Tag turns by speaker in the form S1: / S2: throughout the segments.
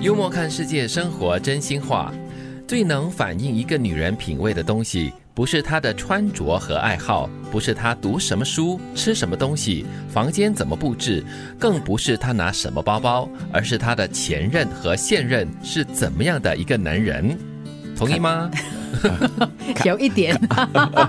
S1: 幽默看世界，生活真心话。最能反映一个女人品味的东西，不是她的穿着和爱好，不是她读什么书、吃什么东西、房间怎么布置，更不是她拿什么包包，而是她的前任和现任是怎么样的一个男人。同意吗？ 哦
S2: 有一点。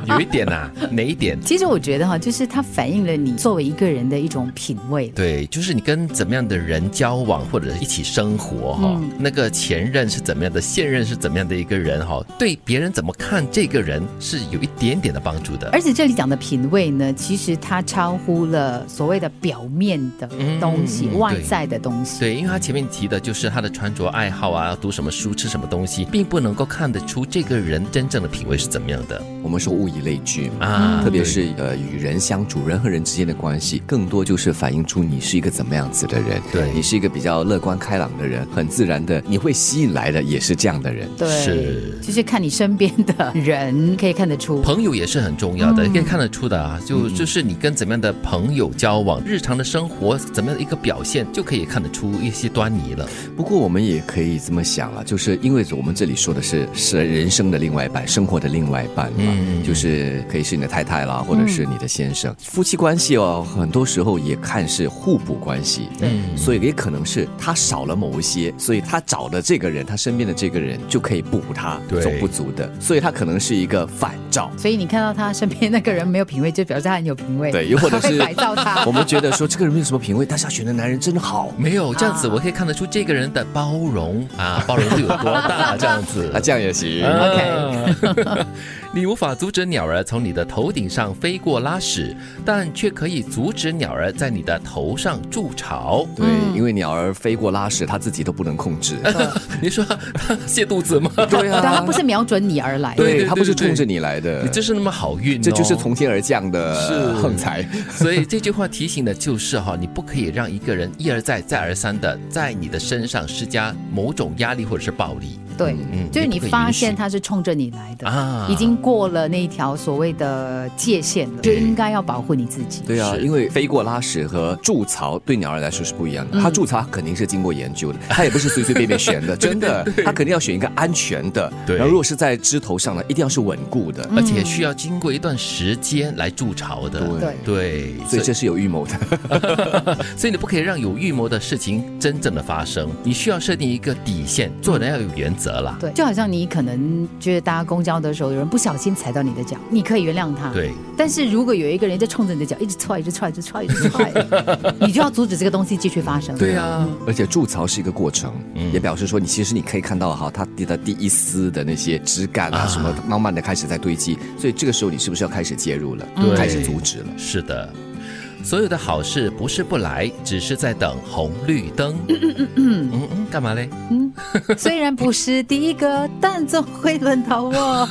S1: 有一点呐、哪一点？
S2: 其实我觉得哈，就是它反映了你作为一个人的一种品味。
S1: 对，就是你跟怎么样的人交往或者一起生活哈、
S2: 嗯
S1: 那个前任是怎么样的，现任是怎么样的一个人哈、对别人怎么看这个人是有一点点的帮助的。
S2: 而且这里讲的品味呢，其实它超乎了所谓的表面的东
S1: 嗯
S2: 西、
S1: 嗯嗯
S2: 外
S1: 对
S2: 在的东西。
S1: 对，因为他前面提的就是他的穿着爱好啊，读什么书，吃什么东西，并不能够看得出这个人真正的品味是怎么样的
S3: 我们说物以类聚嘛。
S1: 啊。
S3: 特别是呃，与人相处，人和人之间的关系，更多就是反映出你是一个怎么样子的人。
S1: 对
S3: 你是一个比较乐观开朗的人，很自然的，你会吸引来的也是这样的人。
S2: 对，
S1: 是
S2: 就是看你身边的人可以看 得出。
S1: 朋友也是很重要的，
S2: 嗯
S1: 可以看得出的啊，就就是你跟怎么样的朋友交往，日常的生活怎么样的一个表现，就可以看得出一些端倪了。
S3: 不过我们也可以这么想了，就是因为我们这里说的是是人生的另外一半，生活的另外一半嘛，
S1: 嗯
S3: 就是可以是你的太太啦，或者是你的先生，夫妻关系哦，很多时候也看是互补关系。
S1: 嗯
S3: 所以也可能是他少了某一些，所以他找的这个人，他身边的这个人就可以补补他
S1: 对
S3: 所不足的，所以他可能是一个反照，
S2: 所以你看到他身边那个人没有品味，就表示他很有品味。
S3: 对，又 或者
S2: 会
S3: 是
S2: 改造他
S3: 我们觉得说这个人没有什么品味，但是他选的男人真好，
S1: 没有这样子，
S2: 啊
S1: 我可以看得出这个人的包容啊，包容度有多大，这样子
S3: 啊，。这样也行。
S1: 嗯 OK，你 无法阻止鸟儿从你的头顶上飞过拉屎，但却可以阻止鸟儿在你的头上筑巢。
S3: 对，因为鸟儿飞过拉屎，它自己都不能控制。
S1: 呃你说它泻肚 子吗？
S3: 对啊
S2: 但他不是瞄准你而来。
S1: 啊对对
S3: 对，它不是
S1: 对对
S3: 冲着你来的，
S1: 你就是那么好运、哦，
S3: 这就是从天而降的
S1: 是
S3: 横财。
S1: 所以这句话提醒的就是哈，你不可以让一个人一而再、再而三的在你的身上施加某种压力或者是暴力。
S2: 对
S1: 嗯
S2: 就是
S1: 也不
S2: 你
S1: 可以
S2: 发
S1: 允许
S2: 现他是冲着你来的
S1: 啊
S2: 已经过了那一条所谓的界限了，就
S1: 对
S2: 应该要保护你自己。
S3: 对啊，
S1: 是
S3: 因为飞过拉屎和筑巢对鸟儿来说是不一
S1: 嗯
S3: 样的。它筑巢肯定是经过研究的，它也不是随随便便选 的，真的，它肯定要选一个安全的。
S1: 对嗯
S3: 然后如果是在枝头上呢，一定要是稳固的。
S1: 而且需要经过一段时间来筑巢的。
S2: 对
S1: 对，
S3: 所
S1: 所
S3: 以
S1: 以
S3: 这是有预谋的。
S1: 所以你不可以让有预谋的事情真正的发生，你需要设定一个底线，做人要有原则啦。
S2: 对，就好像你可能觉得搭公交的时候，有人不小心踩到你的脚，你可以原谅他。。
S1: 对，
S2: 但是如果有一个人就冲着你的脚一直踹、一直踹、一直踹、一直踹，你就要阻止这个东西继续发生。
S1: 对啊，
S3: 而且筑巢是一个过程，也表示说你其实你可以看到哈，它滴的第一丝的那些枝干啊
S1: 啊
S3: 什么，慢慢的开始在堆积，所以这个时候你是不是要开始介入了
S1: 对，
S3: 开始阻止了？
S1: 是的，所有的好事不是不来，只是在等红绿灯。嗯嗯，干嘛嘞？
S2: 虽然不是第一个，但总会轮到我。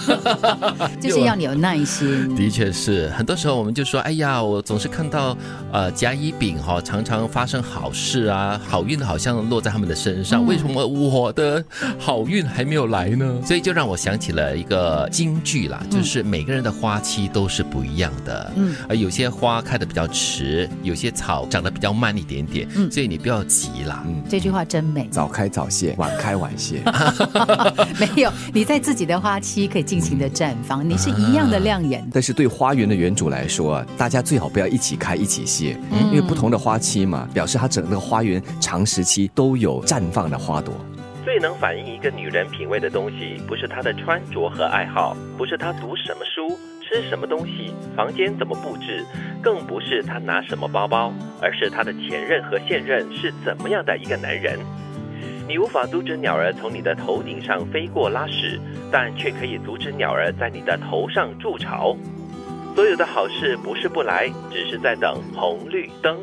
S2: 就是要你有耐心。
S1: 的确是，很多时候我们就说，哎呀，我总是看到，呃，甲乙丙哈、常常发生好事啊，好运好像落在他们的身
S2: 嗯
S1: 上，为什么我的好运还没有来呢？所以就让我想起了一个京剧啦，就是每个人的花期都是不一样的，
S2: 嗯，
S1: 而有些花开的比较迟，有些草长得比较慢一点点，
S2: 嗯
S1: 所以你不要急啦。
S2: 这句话真美，
S3: 早开早谢，晚开晚谢。
S2: 没有你在自己的花期可以尽情的绽放，你是一样的亮眼的。
S3: 但是对花园的园主来说啊，大家最好不要一起开一起谢，因为不同的花期嘛，表示它整个花园长时期都有绽放的花朵。
S4: 最能反映一个女人品味的东西，不是她的穿着和爱好，不是她读什么书、吃什么东西、房间怎么布置，更不是她拿什么包包，而是她的前任和现任是怎么样的一个男人。你无法阻止鸟儿从你的头顶上飞过拉屎，但却可以阻止鸟儿在你的头上筑巢。所有的好事不是不来，只是在等红绿灯。